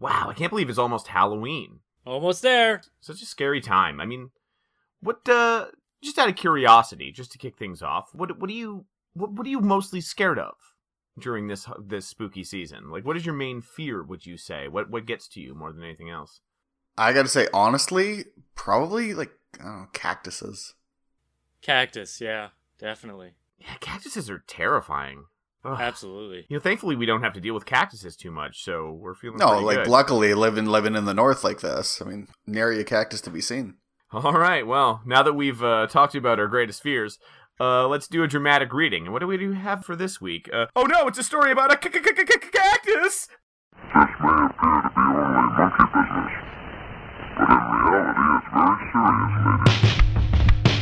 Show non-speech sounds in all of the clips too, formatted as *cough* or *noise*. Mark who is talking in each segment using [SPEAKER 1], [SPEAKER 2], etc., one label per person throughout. [SPEAKER 1] Wow, I can't believe it's almost Halloween.
[SPEAKER 2] Almost there.
[SPEAKER 1] Such a scary time. I mean, what? Uh, just out of curiosity, just to kick things off, what what do you what, what are you mostly scared of during this this spooky season? Like, what is your main fear? Would you say what what gets to you more than anything else?
[SPEAKER 3] I gotta say, honestly, probably like I don't know, cactuses.
[SPEAKER 2] Cactus, yeah, definitely.
[SPEAKER 1] Yeah, cactuses are terrifying. Ugh.
[SPEAKER 2] Absolutely.
[SPEAKER 1] You know, thankfully we don't have to deal with cactuses too much, so we're feeling
[SPEAKER 3] No,
[SPEAKER 1] pretty
[SPEAKER 3] like
[SPEAKER 1] good.
[SPEAKER 3] luckily living living in the north like this. I mean, nary a cactus to be seen.
[SPEAKER 1] All right, well, now that we've uh, talked about our greatest fears, uh, let's do a dramatic reading. And what do we do have for this week? Uh, oh no, it's a story about a c- c- c- c- cactus.
[SPEAKER 4] This may appear to be only monkey business, but in reality it's very serious, ladies.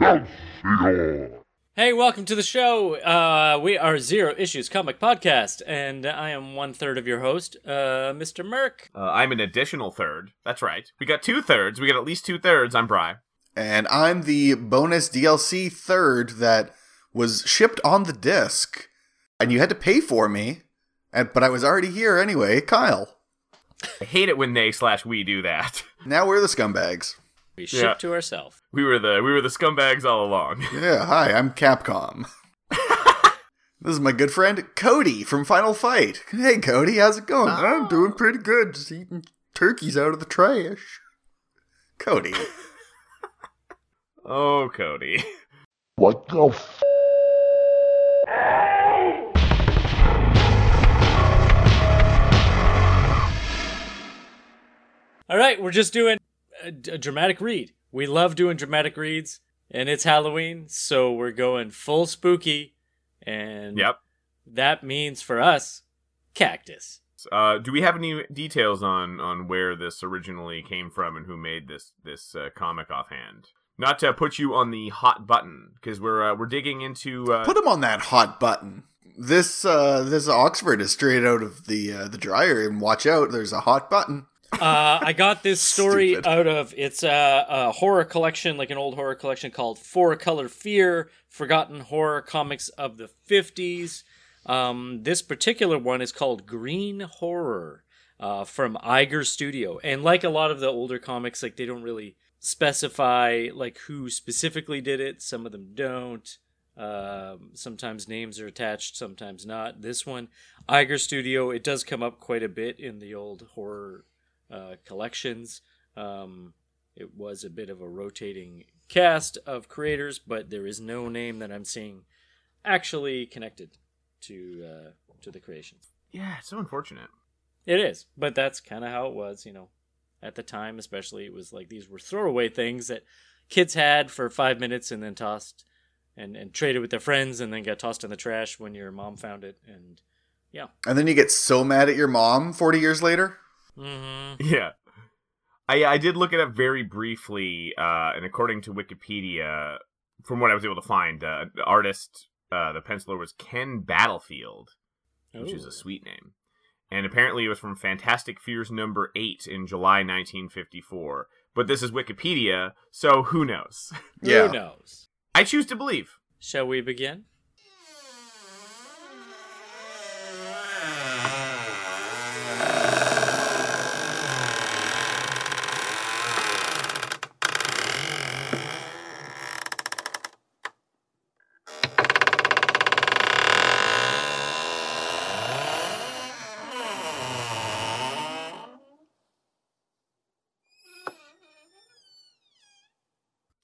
[SPEAKER 4] Excelsior!
[SPEAKER 2] Hey, welcome to the show. Uh, we are Zero Issues Comic Podcast, and I am one third of your host, uh, Mr. Merck.
[SPEAKER 1] Uh, I'm an additional third. That's right. We got two thirds. We got at least two thirds. I'm Bry.
[SPEAKER 3] And I'm the bonus DLC third that was shipped on the disc, and you had to pay for me, and but I was already here anyway. Kyle,
[SPEAKER 1] I hate it when they slash we do that. *laughs*
[SPEAKER 3] now we're the scumbags.
[SPEAKER 2] We ship
[SPEAKER 1] Yeah.
[SPEAKER 2] to ourselves.
[SPEAKER 1] We were the we were the scumbags all along. *laughs*
[SPEAKER 3] Yeah, hi, I'm Capcom. this is my good friend Cody from Final Fight. Hey, Cody, how's it going? I'm doing pretty good, just eating turkeys out of the trash. Cody,
[SPEAKER 1] Oh, Cody. *laughs*
[SPEAKER 4] What the f?
[SPEAKER 2] All right, we're just doing a, a dramatic read. We love doing dramatic reads, and it's Halloween, so we're going full spooky, and
[SPEAKER 1] Yep.
[SPEAKER 2] that means for us, cactus.
[SPEAKER 1] Uh, do we have any details on on where this originally came from and who made this this uh, comic offhand? Not to put you on the hot button because we're uh, we're digging into uh,
[SPEAKER 3] put him on that hot button. This uh, this Oxford is straight out of the uh, the dryer, and watch out, there's a hot button.
[SPEAKER 2] uh, I got this story
[SPEAKER 3] Stupid.
[SPEAKER 2] out of it's a, a horror collection, like an old horror collection called Four Color Fear: Forgotten Horror Comics of the Fifties. Um, this particular one is called Green Horror uh, from Iger Studio, and like a lot of the older comics, like they don't really specify like who specifically did it. Some of them don't. Um, sometimes names are attached, sometimes not. This one, Iger Studio, it does come up quite a bit in the old horror uh, collections. Um, it was a bit of a rotating cast of creators, but there is no name that I'm seeing actually connected to uh, to the creations.
[SPEAKER 1] yeah, it's so unfortunate. *laughs*
[SPEAKER 2] It is, but that's kind of how it was, you know. At the time, especially, it was like these were throwaway things that kids had for five minutes and then tossed and, and traded with their friends and then got tossed in the trash when your mom found it. And
[SPEAKER 3] And then you get so mad at your mom 40 years later.
[SPEAKER 2] mm-hmm.
[SPEAKER 1] Yeah. I I did look it up very briefly, uh, and according to Wikipedia, from what I was able to find, uh, the artist, uh, the penciler was Ken Battlefield, which
[SPEAKER 2] Oh.
[SPEAKER 1] is a sweet name. And apparently it was from Fantastic Fears number 8 in July 1954. But this is Wikipedia, so who knows? *laughs*
[SPEAKER 3] Yeah.
[SPEAKER 2] Who knows?
[SPEAKER 1] I choose to believe.
[SPEAKER 2] Shall we begin?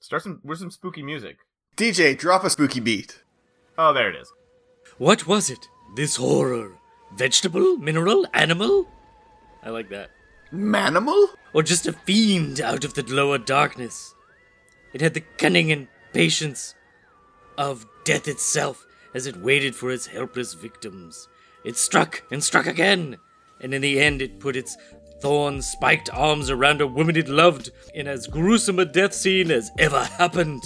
[SPEAKER 1] Start some with some spooky music.
[SPEAKER 3] DJ, drop a spooky beat.
[SPEAKER 1] Oh, there it is.
[SPEAKER 2] What was it? This horror? Vegetable? Mineral? Animal? I like that.
[SPEAKER 3] Manimal?
[SPEAKER 2] Or just a fiend out of the lower darkness? It had the cunning and patience of death itself as it waited for its helpless victims. It struck and struck again, and in the end it put its thorn spiked arms around a woman it loved in as gruesome a death scene as ever happened.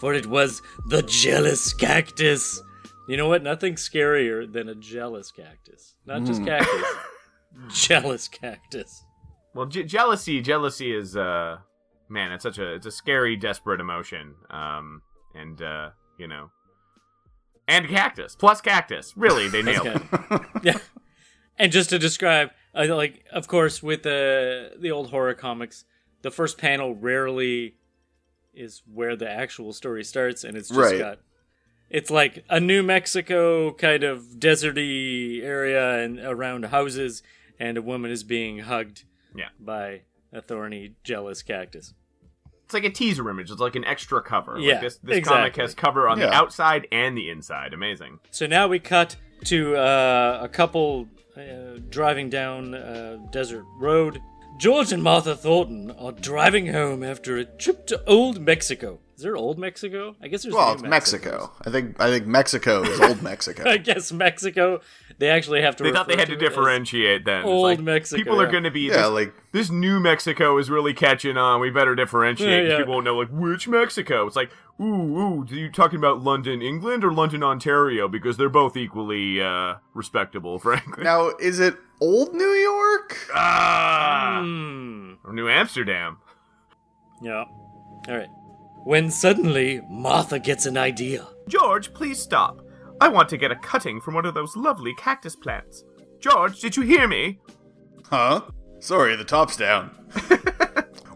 [SPEAKER 2] For it was the jealous cactus. You know what? Nothing scarier than a jealous cactus. Not just
[SPEAKER 3] Mm.
[SPEAKER 2] cactus, jealous cactus.
[SPEAKER 1] Well, je- jealousy, jealousy is uh, man, it's such a it's a scary, desperate emotion. Um, and uh, you know, and cactus plus cactus. Really,
[SPEAKER 2] *laughs*
[SPEAKER 1] they
[SPEAKER 2] That's
[SPEAKER 1] nailed it.
[SPEAKER 2] good. yeah. And just to describe, uh, like, of course, with the the old horror comics, the first panel rarely is where the actual story starts, and it's just
[SPEAKER 3] Right.
[SPEAKER 2] got. It's like a New Mexico kind of deserty area and around houses, and a woman is being hugged
[SPEAKER 1] Yeah.
[SPEAKER 2] by a thorny, jealous cactus.
[SPEAKER 1] It's like a teaser image. It's like an extra cover.
[SPEAKER 2] Yeah,
[SPEAKER 1] like this this comic
[SPEAKER 2] exactly.
[SPEAKER 1] has cover on the
[SPEAKER 3] Yeah.
[SPEAKER 1] outside and the inside. Amazing.
[SPEAKER 2] So now we cut to uh, a couple uh, driving down a desert road. George and Martha Thornton are driving home after a trip to Old Mexico. Is there Old Mexico? I guess there's
[SPEAKER 3] Well,
[SPEAKER 2] New
[SPEAKER 3] it's Mexico. I think I think Mexico is old Mexico.
[SPEAKER 2] *laughs* I guess Mexico. They actually have to.
[SPEAKER 1] They thought they
[SPEAKER 2] refer
[SPEAKER 1] had to
[SPEAKER 2] to it as-
[SPEAKER 1] differentiate then. It's
[SPEAKER 2] Old
[SPEAKER 1] like,
[SPEAKER 2] Mexico,
[SPEAKER 1] People
[SPEAKER 2] yeah.
[SPEAKER 1] are going to be
[SPEAKER 3] yeah,
[SPEAKER 1] this,
[SPEAKER 3] like
[SPEAKER 1] this new Mexico is really catching on. We better differentiate.
[SPEAKER 2] Yeah,
[SPEAKER 1] 'cause
[SPEAKER 2] yeah.
[SPEAKER 1] People won't know like which Mexico. It's like ooh ooh. Are you talking about London, England, or London, Ontario? Because they're both equally uh, respectable, *laughs* frankly.
[SPEAKER 3] now is it old New York?
[SPEAKER 1] Ah,
[SPEAKER 2] Hmm.
[SPEAKER 1] or New Amsterdam.
[SPEAKER 2] yeah. All right. When suddenly Martha gets an idea.
[SPEAKER 1] George, please stop. I want to get a cutting from one of those lovely cactus plants. George, did you hear me?
[SPEAKER 3] Huh? Sorry, the top's down.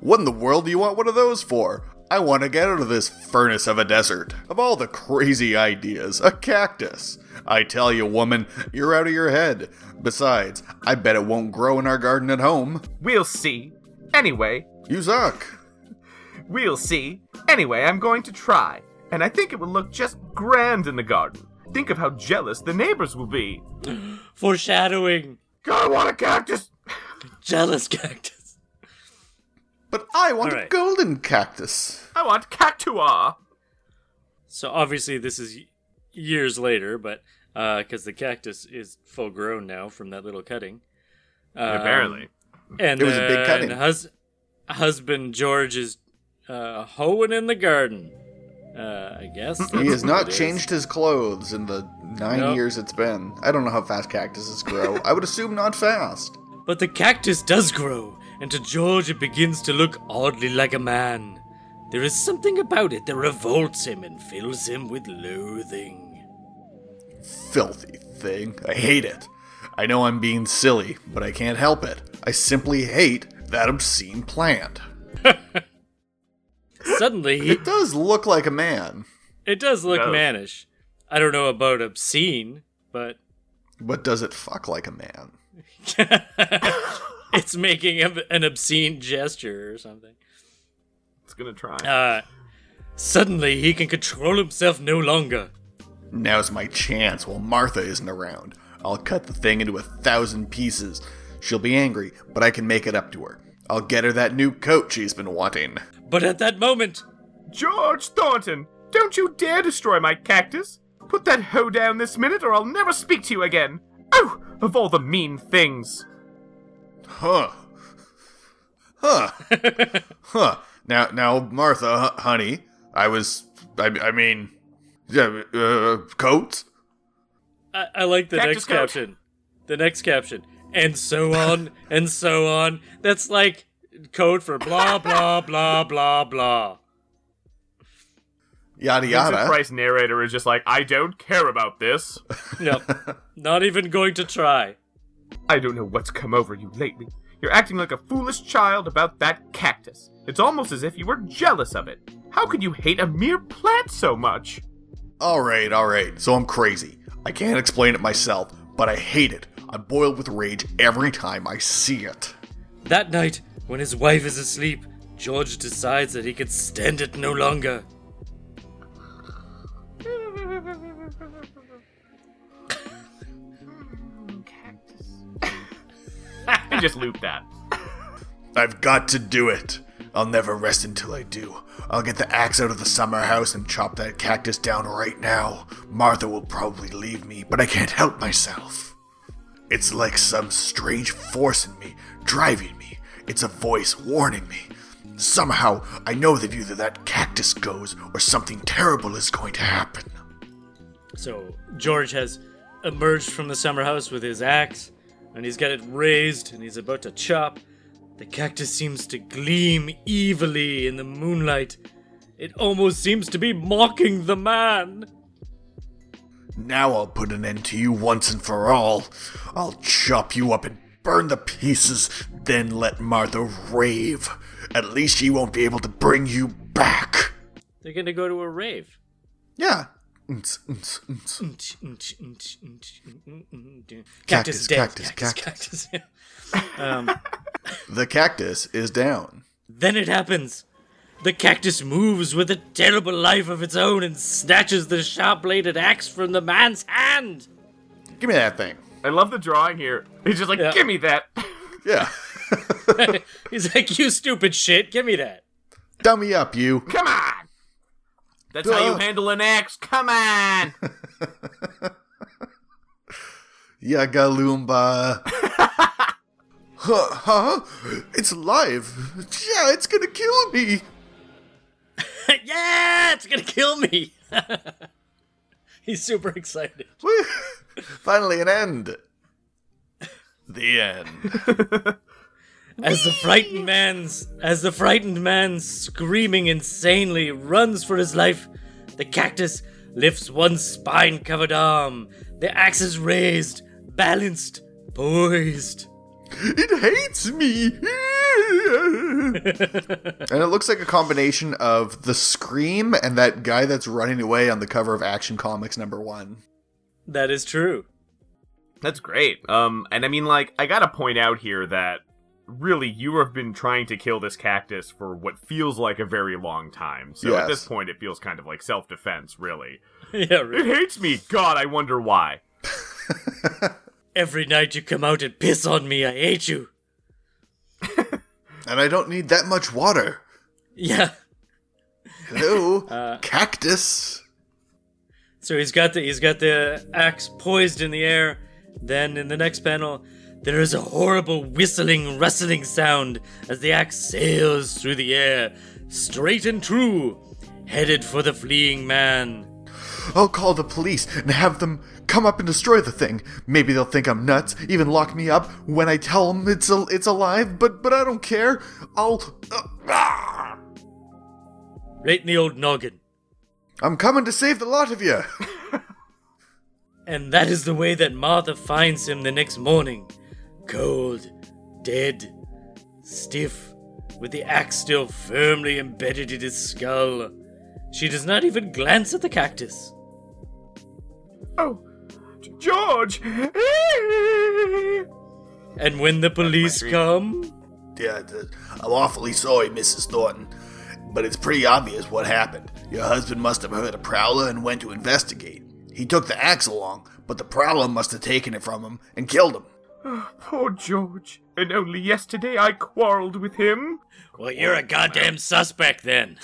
[SPEAKER 3] what in the world do you want one of those for? I want to get out of this furnace of a desert. Of all the crazy ideas, a cactus. I tell you, woman, you're out of your head. Besides, I bet it won't grow in our garden at home.
[SPEAKER 1] We'll see. Anyway,
[SPEAKER 3] You suck.
[SPEAKER 1] We'll see. Anyway, I'm going to try, and I think it will look just grand in the garden. Think of how jealous the neighbors will be.
[SPEAKER 2] Foreshadowing.
[SPEAKER 1] God, I want a cactus!
[SPEAKER 2] Jealous cactus.
[SPEAKER 3] But I want
[SPEAKER 2] All right.
[SPEAKER 3] a golden cactus.
[SPEAKER 1] I want cactua!
[SPEAKER 2] So obviously this is y- years later, but because the cactus is full grown now from that little cutting. Um, and
[SPEAKER 3] It was a big
[SPEAKER 2] uh,
[SPEAKER 3] cutting.
[SPEAKER 2] and hus- husband George is uh, hoeing in the garden. Uh, I guess
[SPEAKER 3] He
[SPEAKER 2] that's
[SPEAKER 3] has
[SPEAKER 2] what
[SPEAKER 3] not
[SPEAKER 2] it is.
[SPEAKER 3] changed his clothes in the nine
[SPEAKER 2] Nope.
[SPEAKER 3] years it's been. I don't know how fast cactuses grow. I would assume not fast.
[SPEAKER 2] But the cactus does grow, and to George it begins to look oddly like a man. There is something about it that revolts him and fills him with loathing.
[SPEAKER 3] filthy thing. I hate it. I know I'm being silly, but I can't help it. I simply hate that obscene plant.
[SPEAKER 2] Suddenly, he-
[SPEAKER 3] It does look like a man,
[SPEAKER 2] it does look
[SPEAKER 1] Does.
[SPEAKER 2] mannish. I don't know about obscene, but *laughs*
[SPEAKER 3] but does it fuck like a man?
[SPEAKER 2] it's making a- an obscene gesture or something.
[SPEAKER 1] It's gonna try.
[SPEAKER 2] Uh, suddenly, he can control himself no longer.
[SPEAKER 3] Now's my chance while Martha isn't around. I'll cut the thing into a thousand pieces. She'll be angry, but I can make it up to her. I'll get her that new coat she's been wanting.
[SPEAKER 2] But at that moment,
[SPEAKER 1] George Thornton, don't you dare destroy my cactus! Put that hoe down this minute, or I'll never speak to you again! Oh, of all the mean things!
[SPEAKER 3] Huh. Huh. huh. Now, now, Martha, hu- honey, I was, I, I mean, yeah, uh, coats?
[SPEAKER 2] I, I like the
[SPEAKER 1] Cactus
[SPEAKER 2] next
[SPEAKER 1] coat.
[SPEAKER 2] caption. The next caption. And so
[SPEAKER 1] *laughs*
[SPEAKER 2] on, and so on. That's like code for blah, blah, blah, blah, blah.
[SPEAKER 3] Yada
[SPEAKER 1] Vincent
[SPEAKER 3] yada.
[SPEAKER 1] Price narrator is just like, I don't care about this. *laughs*
[SPEAKER 2] No, not even going to try.
[SPEAKER 1] I don't know what's come over you lately. You're acting like a foolish child about that cactus. It's almost as if you were jealous of it. How could you hate a mere plant so much? *laughs*
[SPEAKER 3] All right, all right. So I'm crazy. I can't explain it myself, but I hate it. I boil with rage every time I see it.
[SPEAKER 2] That night, when his wife is asleep, George decides that he can stand it no longer.
[SPEAKER 1] And just loop that.
[SPEAKER 3] I've got to do it. I'll never rest until I do. I'll get the axe out of the summer house and chop that cactus down right now. Martha will probably leave me, but I can't help myself. It's like some strange force in me, driving me. It's a voice warning me. Somehow, I know that either that cactus goes or something terrible is going to happen.
[SPEAKER 2] So George has emerged from the summer house with his axe, and he's got it raised, and he's about to chop. The cactus seems to gleam evilly in the moonlight. It almost seems to be mocking the man.
[SPEAKER 3] Now I'll put an end to you once and for all. I'll chop you up and burn the pieces, then let Martha rave. At least she won't be able to bring you back.
[SPEAKER 2] They're gonna go to a rave.
[SPEAKER 3] Yeah. Mm-ts, mm-ts, mm-ts.
[SPEAKER 2] Cactus,
[SPEAKER 3] Cactus,
[SPEAKER 2] is dead.
[SPEAKER 3] cactus,
[SPEAKER 2] cactus. cactus. *laughs* um,
[SPEAKER 3] The cactus is down.
[SPEAKER 2] Then it happens. The cactus moves with a terrible life of its own and snatches the sharp bladed axe from the man's hand.
[SPEAKER 3] Give me that thing.
[SPEAKER 1] I love the drawing here. He's just like,
[SPEAKER 2] Yeah.
[SPEAKER 1] give me that. *laughs*
[SPEAKER 3] *laughs* Yeah.
[SPEAKER 2] He's like, You stupid shit, give me that. *laughs*
[SPEAKER 3] Dummy up, you.
[SPEAKER 1] Come on. That's how you
[SPEAKER 3] Duh.
[SPEAKER 1] handle an axe. Come on.
[SPEAKER 3] Yagalumba. *laughs* huh? Huh? It's alive. Yeah, it's gonna kill me. *laughs*
[SPEAKER 2] yeah, it's gonna kill me. *laughs* He's super excited.
[SPEAKER 3] Woo. Finally, an end. The end.
[SPEAKER 2] As the frightened man's as the frightened man screaming insanely runs for his life, the cactus lifts one spine covered arm. The axe is raised, balanced, poised. *laughs*
[SPEAKER 3] It hates me. and it looks like a combination of the scream and that guy that's running away on the cover of Action Comics number one.
[SPEAKER 2] That is true. *laughs*
[SPEAKER 1] That's great. Um, and I mean, like, I gotta point out here that really you have been trying to kill this cactus for what feels like a very long time. So at
[SPEAKER 3] Yes.
[SPEAKER 1] this point, it feels kind of like self defense, really.
[SPEAKER 2] yeah,
[SPEAKER 1] It
[SPEAKER 2] really.
[SPEAKER 1] hates me. God, I wonder why.
[SPEAKER 2] Every night you come out and piss on me. I hate you. *laughs*
[SPEAKER 3] And I don't need that much water.
[SPEAKER 2] Yeah.
[SPEAKER 3] Hello, cactus.
[SPEAKER 2] So he's got the he's got the axe poised in the air. Then in the next panel, there is a horrible whistling, rustling sound as the axe sails through the air, straight and true, headed for the fleeing man.
[SPEAKER 3] I'll call the police and have them come up and destroy the thing. Maybe they'll think I'm nuts, even lock me up when I tell them it's a, it's alive. But but I don't care. I'll. uh, ah!
[SPEAKER 2] Right in the old noggin.
[SPEAKER 3] I'm coming to save the lot of you.
[SPEAKER 2] And that is the way that Martha finds him the next morning. Cold, dead, stiff, with the axe still firmly embedded in his skull. She does not even glance at the cactus.
[SPEAKER 1] Oh, G- George. *laughs*
[SPEAKER 2] And when the police
[SPEAKER 1] dream.
[SPEAKER 2] come,
[SPEAKER 3] Yeah, th- I'm awfully sorry, Mrs. Thornton, but it's pretty obvious what happened. Your husband must have heard a prowler and went to investigate. He took the axe along, but the prowler must have taken it from him and killed him.
[SPEAKER 1] Poor George. And only yesterday I quarreled with him.
[SPEAKER 2] well, you're a goddamn suspect then.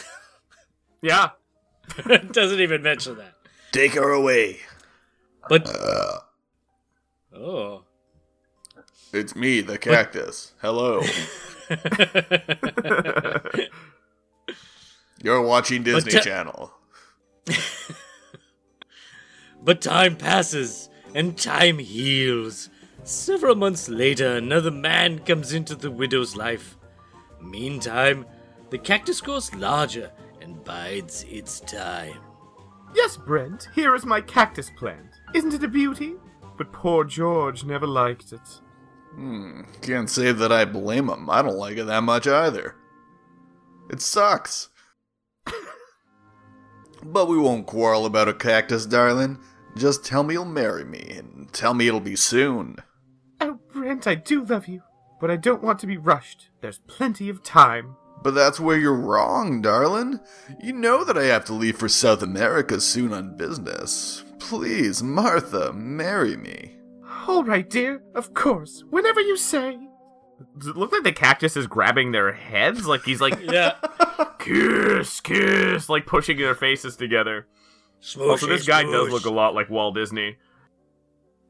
[SPEAKER 1] Yeah.
[SPEAKER 2] *laughs* Doesn't even mention that.
[SPEAKER 3] Take her away.
[SPEAKER 2] But Uh. oh,
[SPEAKER 3] It's me, the cactus. Hello. You're watching Disney
[SPEAKER 2] But-
[SPEAKER 3] Channel.
[SPEAKER 2] but time passes and time heals. Several months later, another man comes into the widow's life. Meantime, the cactus grows larger and bides
[SPEAKER 1] *laughs*
[SPEAKER 2] its time.
[SPEAKER 1] Yes, Brent, here is my cactus plant. Isn't it a beauty? But poor George never liked it.
[SPEAKER 3] Hmm, Can't say that I blame him. I don't like it that much either. It sucks. *laughs* but we won't quarrel about a cactus, darling. Just tell me you'll marry me, and tell me it'll be soon.
[SPEAKER 1] Oh, Brent, I do love you, but I don't want to be rushed. There's plenty of time.
[SPEAKER 3] But that's where you're wrong, darling. You know that I have to leave for South America soon on business. Please, Martha, marry me.
[SPEAKER 1] All right, dear, of course, whenever you say. Does it look like the cactus is grabbing their heads? Like he's like,
[SPEAKER 2] Yeah.
[SPEAKER 1] kiss, kiss, like pushing their faces together. Also, this guy does look a lot like Walt Disney.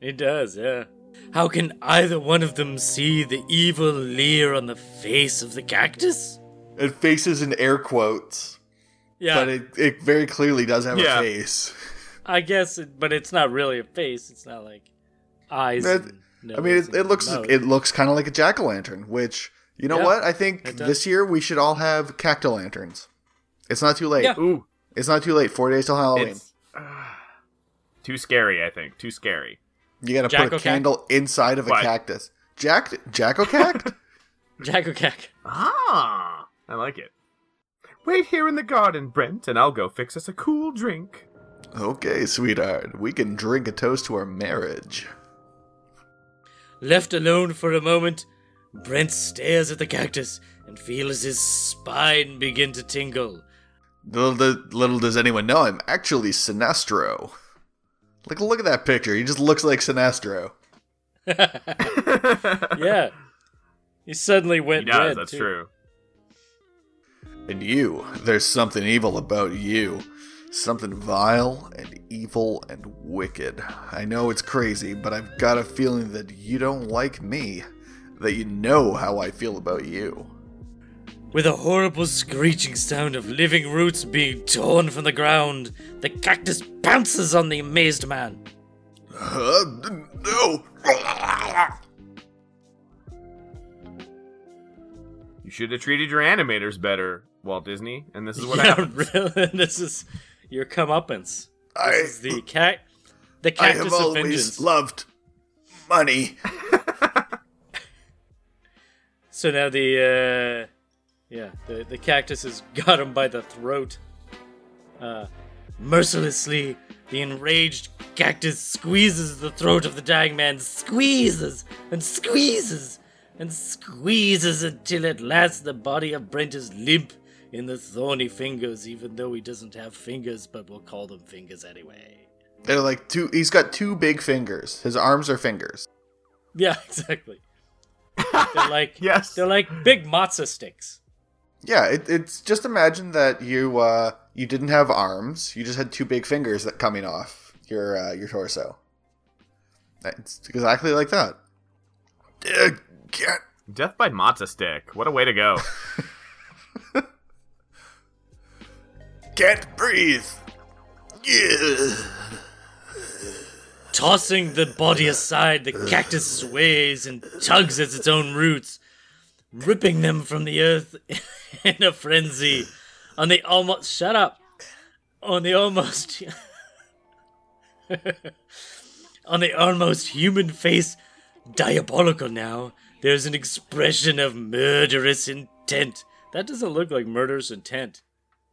[SPEAKER 2] It does, yeah. How can either one of them see the evil leer on the face of the cactus?
[SPEAKER 3] It faces in air quotes,
[SPEAKER 2] Yeah,
[SPEAKER 3] but it, it very clearly does have
[SPEAKER 1] Yeah.
[SPEAKER 3] a face.
[SPEAKER 2] I guess, it, but it's not really a face. It's not like eyes.
[SPEAKER 3] That-
[SPEAKER 2] and nose
[SPEAKER 3] I mean, it,
[SPEAKER 2] and
[SPEAKER 3] it looks
[SPEAKER 2] mouth.
[SPEAKER 3] it looks kind of like a jack o' lantern. Which you know
[SPEAKER 2] Yeah,
[SPEAKER 3] what? I think
[SPEAKER 2] it does.
[SPEAKER 3] this year we should all have cacti lanterns. It's not too late.
[SPEAKER 2] Yeah.
[SPEAKER 1] Ooh,
[SPEAKER 3] It's not too late. Four days till Halloween.
[SPEAKER 1] it's *sighs* ah, too scary. I think too scary.
[SPEAKER 3] you got to put a
[SPEAKER 2] Jack-o'-cact?
[SPEAKER 3] candle inside of a
[SPEAKER 1] What?
[SPEAKER 3] cactus. Jack jack o' cact.
[SPEAKER 2] Jack O'Cack.
[SPEAKER 1] Ah, I like it. Wait here in the garden, Brent, and I'll go fix us a cool *laughs* drink.
[SPEAKER 3] *laughs* okay, sweetheart. We can drink a toast to our marriage.
[SPEAKER 2] Left alone for a moment, Brent stares at the cactus and feels his spine begin to tingle. *laughs*
[SPEAKER 3] Little, do- little does anyone know, I'm actually Sinestro. Like, look at that picture. He just looks like Sinestro.
[SPEAKER 2] Yeah. he suddenly
[SPEAKER 1] he
[SPEAKER 2] went
[SPEAKER 1] does.
[SPEAKER 2] red.
[SPEAKER 1] that's
[SPEAKER 2] too.
[SPEAKER 1] true.
[SPEAKER 3] And you, there's something evil about you. Something vile and evil and wicked. I know it's crazy, but I've got a feeling that you don't like me. That you know how I feel about you. *laughs*
[SPEAKER 2] With a horrible screeching sound of living roots being torn from the ground, the cactus bounces on the amazed man.
[SPEAKER 3] Huh? No!
[SPEAKER 1] You should have treated your animators better, Walt Disney. And this is *laughs* what
[SPEAKER 2] Yeah,
[SPEAKER 1] happened.
[SPEAKER 2] really, *laughs* this is your comeuppance.
[SPEAKER 3] I,
[SPEAKER 2] This is the cat, the
[SPEAKER 3] I
[SPEAKER 2] cactus
[SPEAKER 3] have
[SPEAKER 2] of
[SPEAKER 3] always
[SPEAKER 2] vengeance.
[SPEAKER 3] loved money.
[SPEAKER 2] so now the, uh, yeah, the the cactus has *laughs* got him by the throat. Uh, mercilessly, the enraged cactus squeezes the throat of the dying man, squeezes and squeezes and squeezes until at last the body of Brent is limp in the thorny fingers, even though he doesn't have fingers, but we'll call them fingers anyway.
[SPEAKER 3] They're like two. He's got two big fingers. His arms are fingers.
[SPEAKER 2] Yeah, *laughs* exactly. they're like
[SPEAKER 1] Yes.
[SPEAKER 2] they're like big matzah sticks.
[SPEAKER 3] Yeah, it, it's just imagine that you uh, you didn't have arms. You just had two big fingers that coming off your uh, your torso. It's exactly like that. Uh, can't-
[SPEAKER 1] Death by matzo stick. What a way to
[SPEAKER 3] *laughs*
[SPEAKER 1] go.
[SPEAKER 3] can't breathe. Yeah.
[SPEAKER 2] Tossing the body aside, the cactus sways and tugs at its own roots, ripping them from the earth *laughs* in a frenzy. On the almost shut up. On the almost *laughs* on the almost human face, diabolical now, there's an expression of murderous intent. That doesn't look like murderous intent.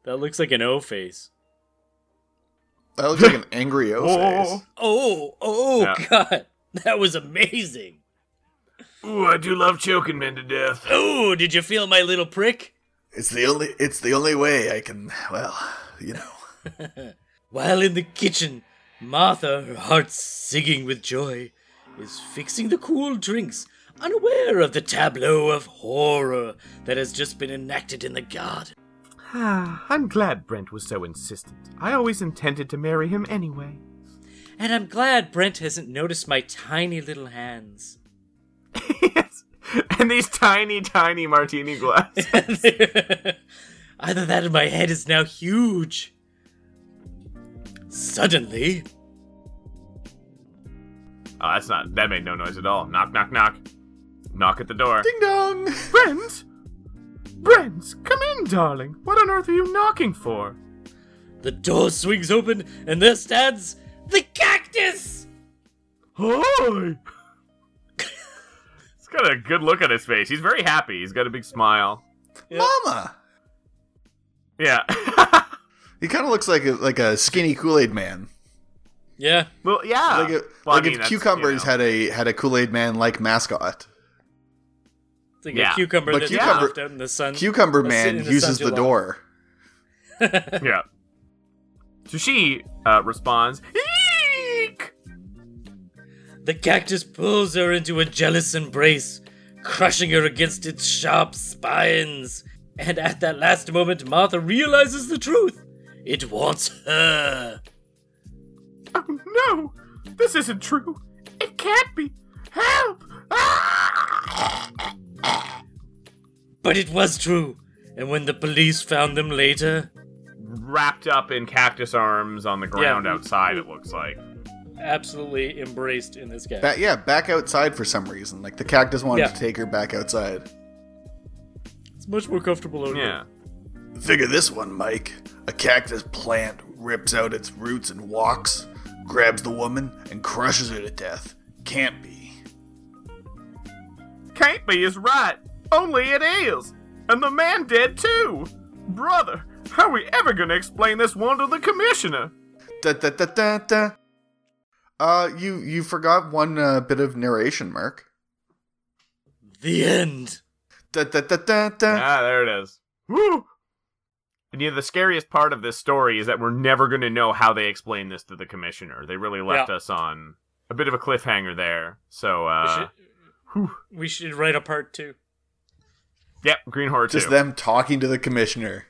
[SPEAKER 2] That looks like an O face.
[SPEAKER 3] That looks like an *laughs* angry O face.
[SPEAKER 2] Oh, oh,
[SPEAKER 1] Yeah.
[SPEAKER 2] God. That was amazing.
[SPEAKER 1] Ooh, I do love choking men to death.
[SPEAKER 2] Oh, did you feel my little prick? *laughs*
[SPEAKER 3] It's the only. It's the only way I can. Well, you know.
[SPEAKER 2] While in the kitchen, Martha, her heart singing with joy, is fixing the cool drinks, unaware of the tableau of horror that has just been enacted in the garden.
[SPEAKER 1] *sighs* I'm glad Brent was so insistent. I always intended to marry him anyway. *laughs*
[SPEAKER 2] And I'm glad Brent hasn't noticed my tiny little hands. *laughs*
[SPEAKER 1] yes. And these tiny, tiny martini
[SPEAKER 3] *laughs*
[SPEAKER 1] glasses.
[SPEAKER 2] Either that or my head is now huge. Suddenly,
[SPEAKER 1] Oh, that's not. That made no noise at all. Knock, knock, knock. Knock at the door.
[SPEAKER 3] Ding dong.
[SPEAKER 1] Brent! Brent, come in, darling. What on earth are you knocking for?
[SPEAKER 2] The door swings open, and there stands the cactus!
[SPEAKER 1] Hi! He's got a good look on his face. He's very happy. He's got a big smile.
[SPEAKER 2] Yeah.
[SPEAKER 3] Mama.
[SPEAKER 1] Yeah. *laughs*
[SPEAKER 3] He kind of looks like a, like a skinny Kool Aid man.
[SPEAKER 2] Yeah,
[SPEAKER 1] well,
[SPEAKER 2] Ah,
[SPEAKER 1] yeah.
[SPEAKER 3] like, a,
[SPEAKER 1] Well, I
[SPEAKER 3] like
[SPEAKER 1] mean,
[SPEAKER 3] if
[SPEAKER 1] that's, you
[SPEAKER 3] cucumbers
[SPEAKER 1] know.
[SPEAKER 3] had a had a Kool Aid Man like mascot.
[SPEAKER 2] it's like
[SPEAKER 1] Yeah.
[SPEAKER 2] a cucumber
[SPEAKER 3] But
[SPEAKER 2] that's
[SPEAKER 3] cucumber-
[SPEAKER 2] left out in the sun.
[SPEAKER 3] Cucumber
[SPEAKER 2] Let's sit in
[SPEAKER 3] Man
[SPEAKER 2] the sun
[SPEAKER 3] uses
[SPEAKER 2] too
[SPEAKER 3] the
[SPEAKER 2] long.
[SPEAKER 3] door.
[SPEAKER 1] Yeah. So she uh, responds, Eek!
[SPEAKER 2] the cactus pulls her into a jealous embrace, crushing her against its sharp spines. And at that last moment, Martha realizes the truth. It wants her.
[SPEAKER 1] Oh no! This isn't true! It can't be! Help! Ah!
[SPEAKER 2] But it was true. And when the police found them later,
[SPEAKER 1] wrapped up in cactus arms on the ground
[SPEAKER 2] Yeah.
[SPEAKER 1] outside. It looks like.
[SPEAKER 2] Absolutely embraced in this game.
[SPEAKER 3] Ba- yeah, back outside for some reason. Like the cactus wanted
[SPEAKER 2] Yeah.
[SPEAKER 3] to take her back outside.
[SPEAKER 2] It's much more comfortable over
[SPEAKER 1] Yeah.
[SPEAKER 3] Figure this one, Mike. A cactus plant rips out its roots and walks, grabs the woman, and crushes her to death. Can't be.
[SPEAKER 1] Can't be is right. Only it is. And the man dead too. Brother, how are we ever gonna explain this one to the commissioner?
[SPEAKER 3] Da da da da da. Uh, you you forgot one uh, bit of narration, Mark.
[SPEAKER 2] The end.
[SPEAKER 3] Da da da da da.
[SPEAKER 1] Ah, there it is. Woo! And you know, the scariest part of this story is that we're never gonna know how they explain this to the commissioner. They really left
[SPEAKER 2] Yeah.
[SPEAKER 1] us on a bit of a cliffhanger there. So
[SPEAKER 2] We
[SPEAKER 1] uh
[SPEAKER 2] should- we should write a part two.
[SPEAKER 1] Yep, Green Horror
[SPEAKER 3] Just
[SPEAKER 1] 2.
[SPEAKER 3] them talking to the commissioner,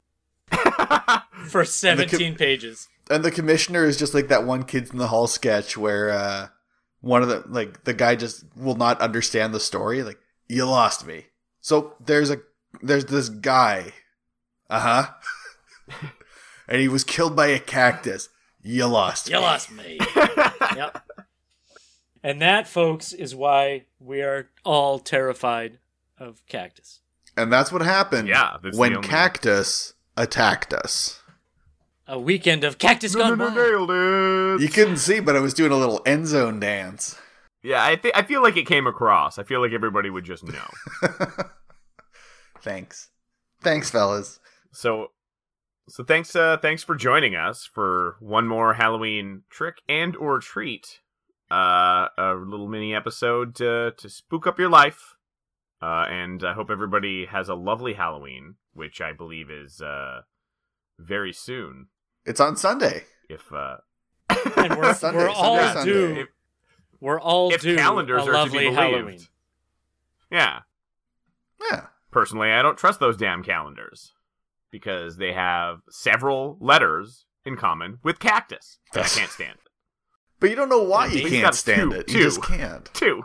[SPEAKER 2] for 17 pages.
[SPEAKER 3] and the commissioner is just like that one kids in the hall sketch where uh, one of the like the guy just will not understand the story. Like you lost me. So there's a there's this guy, uh huh, *laughs* and he was killed by a cactus. You lost.
[SPEAKER 2] You
[SPEAKER 3] me.
[SPEAKER 1] *laughs*
[SPEAKER 2] lost me. yep. And that, folks, is why we are all terrified of cactus.
[SPEAKER 3] And that's what happened.
[SPEAKER 1] Yeah, that's the
[SPEAKER 3] when
[SPEAKER 1] only-
[SPEAKER 3] cactus attacked us.
[SPEAKER 2] A weekend of cactus gone wild.
[SPEAKER 1] Nailed it.
[SPEAKER 3] You couldn't see, but I was doing a little end zone dance. *laughs*
[SPEAKER 1] Yeah, I think I feel like it came across. I feel like everybody would just know.
[SPEAKER 3] Thanks. Thanks, fellas.
[SPEAKER 1] So so thanks uh thanks for joining us for one more Halloween trick and or treat. Uh a little mini episode to to spook up your life. Uh and I hope everybody has a lovely Halloween, which I believe is uh very soon
[SPEAKER 3] It's on Sunday.
[SPEAKER 1] if uh
[SPEAKER 2] And we're,
[SPEAKER 3] Sunday,
[SPEAKER 2] we're all
[SPEAKER 3] Sunday, Sunday.
[SPEAKER 2] due.
[SPEAKER 1] if,
[SPEAKER 2] We're all
[SPEAKER 1] if
[SPEAKER 2] due
[SPEAKER 1] calendars are to
[SPEAKER 2] a
[SPEAKER 1] be
[SPEAKER 2] lovely
[SPEAKER 1] believed.
[SPEAKER 2] Halloween.
[SPEAKER 1] Yeah.
[SPEAKER 3] Yeah.
[SPEAKER 1] Personally, I don't trust those damn calendars because they have several letters in common with cactus. that I can't stand.
[SPEAKER 3] But you don't know why
[SPEAKER 1] He's
[SPEAKER 3] you
[SPEAKER 1] got
[SPEAKER 3] can't stand
[SPEAKER 1] two-
[SPEAKER 3] it.
[SPEAKER 1] two.
[SPEAKER 3] You just can't.
[SPEAKER 1] Two.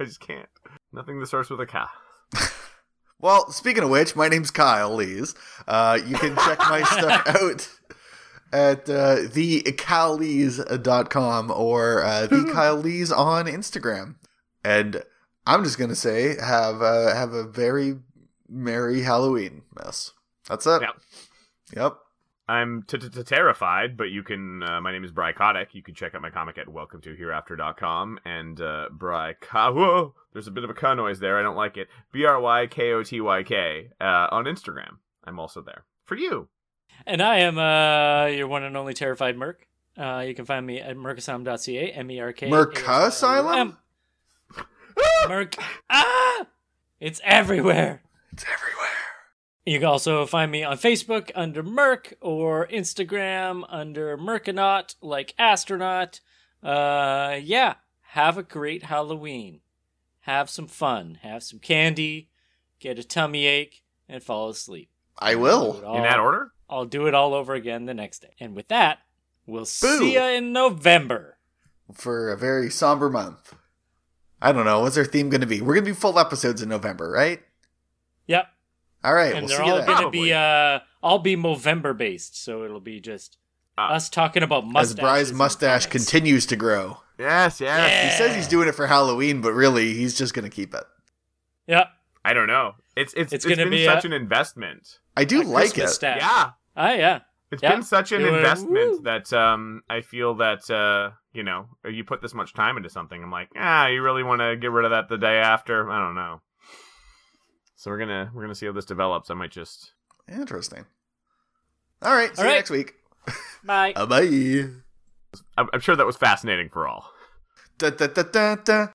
[SPEAKER 1] I just can't. Nothing that starts with a K.
[SPEAKER 3] Well, speaking of which, my name's Kyle Lees. Uh, you can check my *laughs* stuff out at uh, thekylees.com or *laughs* uh, the Kyle Lees on Instagram. And I'm just gonna say, have uh, have a very merry Halloween mess. That's it.
[SPEAKER 1] Yep.
[SPEAKER 3] Yep.
[SPEAKER 1] I'm t- t- t- terrified, but you can. Uh, my name is Bry Kotick. You can check out my comic at welcome to hereafter.com. And uh, Bry Ka- Whoa! There's a bit of a K noise there. I don't like it. B R Y K O T Y K uh, on Instagram. I'm also there. For you.
[SPEAKER 2] And I am uh, your one and only terrified Merc. Uh, you can find me at mercasylum.ca, M-E-R-K.
[SPEAKER 3] Mercasylum?
[SPEAKER 2] Merc. Ah! It's everywhere.
[SPEAKER 3] It's everywhere.
[SPEAKER 2] You can also find me on Facebook under Merc or Instagram under Merconaut, like astronaut. Uh, yeah, have a great Halloween. Have some fun. Have some candy. Get a tummy ache and fall asleep.
[SPEAKER 3] I
[SPEAKER 2] Do it
[SPEAKER 3] will.
[SPEAKER 2] all-
[SPEAKER 1] In that order?
[SPEAKER 2] I'll do it all over again the next day. And with that, we'll
[SPEAKER 3] Boo.
[SPEAKER 2] see you in November.
[SPEAKER 3] For a very somber month. I don't know. What's our theme gonna be? We're gonna do full episodes in November, right?
[SPEAKER 2] Yep.
[SPEAKER 3] All right,
[SPEAKER 2] and
[SPEAKER 3] we'll
[SPEAKER 2] they're
[SPEAKER 3] see
[SPEAKER 2] all
[SPEAKER 3] you then.
[SPEAKER 2] gonna be uh, all be Movember based, so it'll be just
[SPEAKER 1] Ah.
[SPEAKER 2] us talking about mustaches.
[SPEAKER 3] As Bry's
[SPEAKER 2] and comics.
[SPEAKER 3] mustache continues to grow.
[SPEAKER 1] Yes, yes.
[SPEAKER 2] Yeah.
[SPEAKER 3] He says he's doing it for Halloween, but really he's just gonna keep it.
[SPEAKER 2] Yep.
[SPEAKER 1] I don't know. It's it's
[SPEAKER 2] It's
[SPEAKER 1] it's
[SPEAKER 2] gonna
[SPEAKER 1] been
[SPEAKER 2] be
[SPEAKER 1] such
[SPEAKER 2] a-
[SPEAKER 1] an investment.
[SPEAKER 3] I
[SPEAKER 2] A
[SPEAKER 3] do like
[SPEAKER 2] Christmas
[SPEAKER 3] it.
[SPEAKER 2] stash.
[SPEAKER 1] Yeah.
[SPEAKER 2] Ah, yeah.
[SPEAKER 1] It's
[SPEAKER 2] Yeah.
[SPEAKER 1] been such an
[SPEAKER 2] It was-
[SPEAKER 1] investment
[SPEAKER 2] woo.
[SPEAKER 1] that um, I feel that uh, you know you put this much time into something. I'm like, ah, you really want to get rid of that the day after? I don't know. So we're gonna we're gonna see how this develops. I might just
[SPEAKER 3] Interesting. All right, see
[SPEAKER 2] All
[SPEAKER 3] you
[SPEAKER 2] right.
[SPEAKER 3] next week.
[SPEAKER 2] Bye.
[SPEAKER 3] Uh, bye.
[SPEAKER 1] I'm, I'm sure that was fascinating for all.
[SPEAKER 3] Da, da, da, da, da.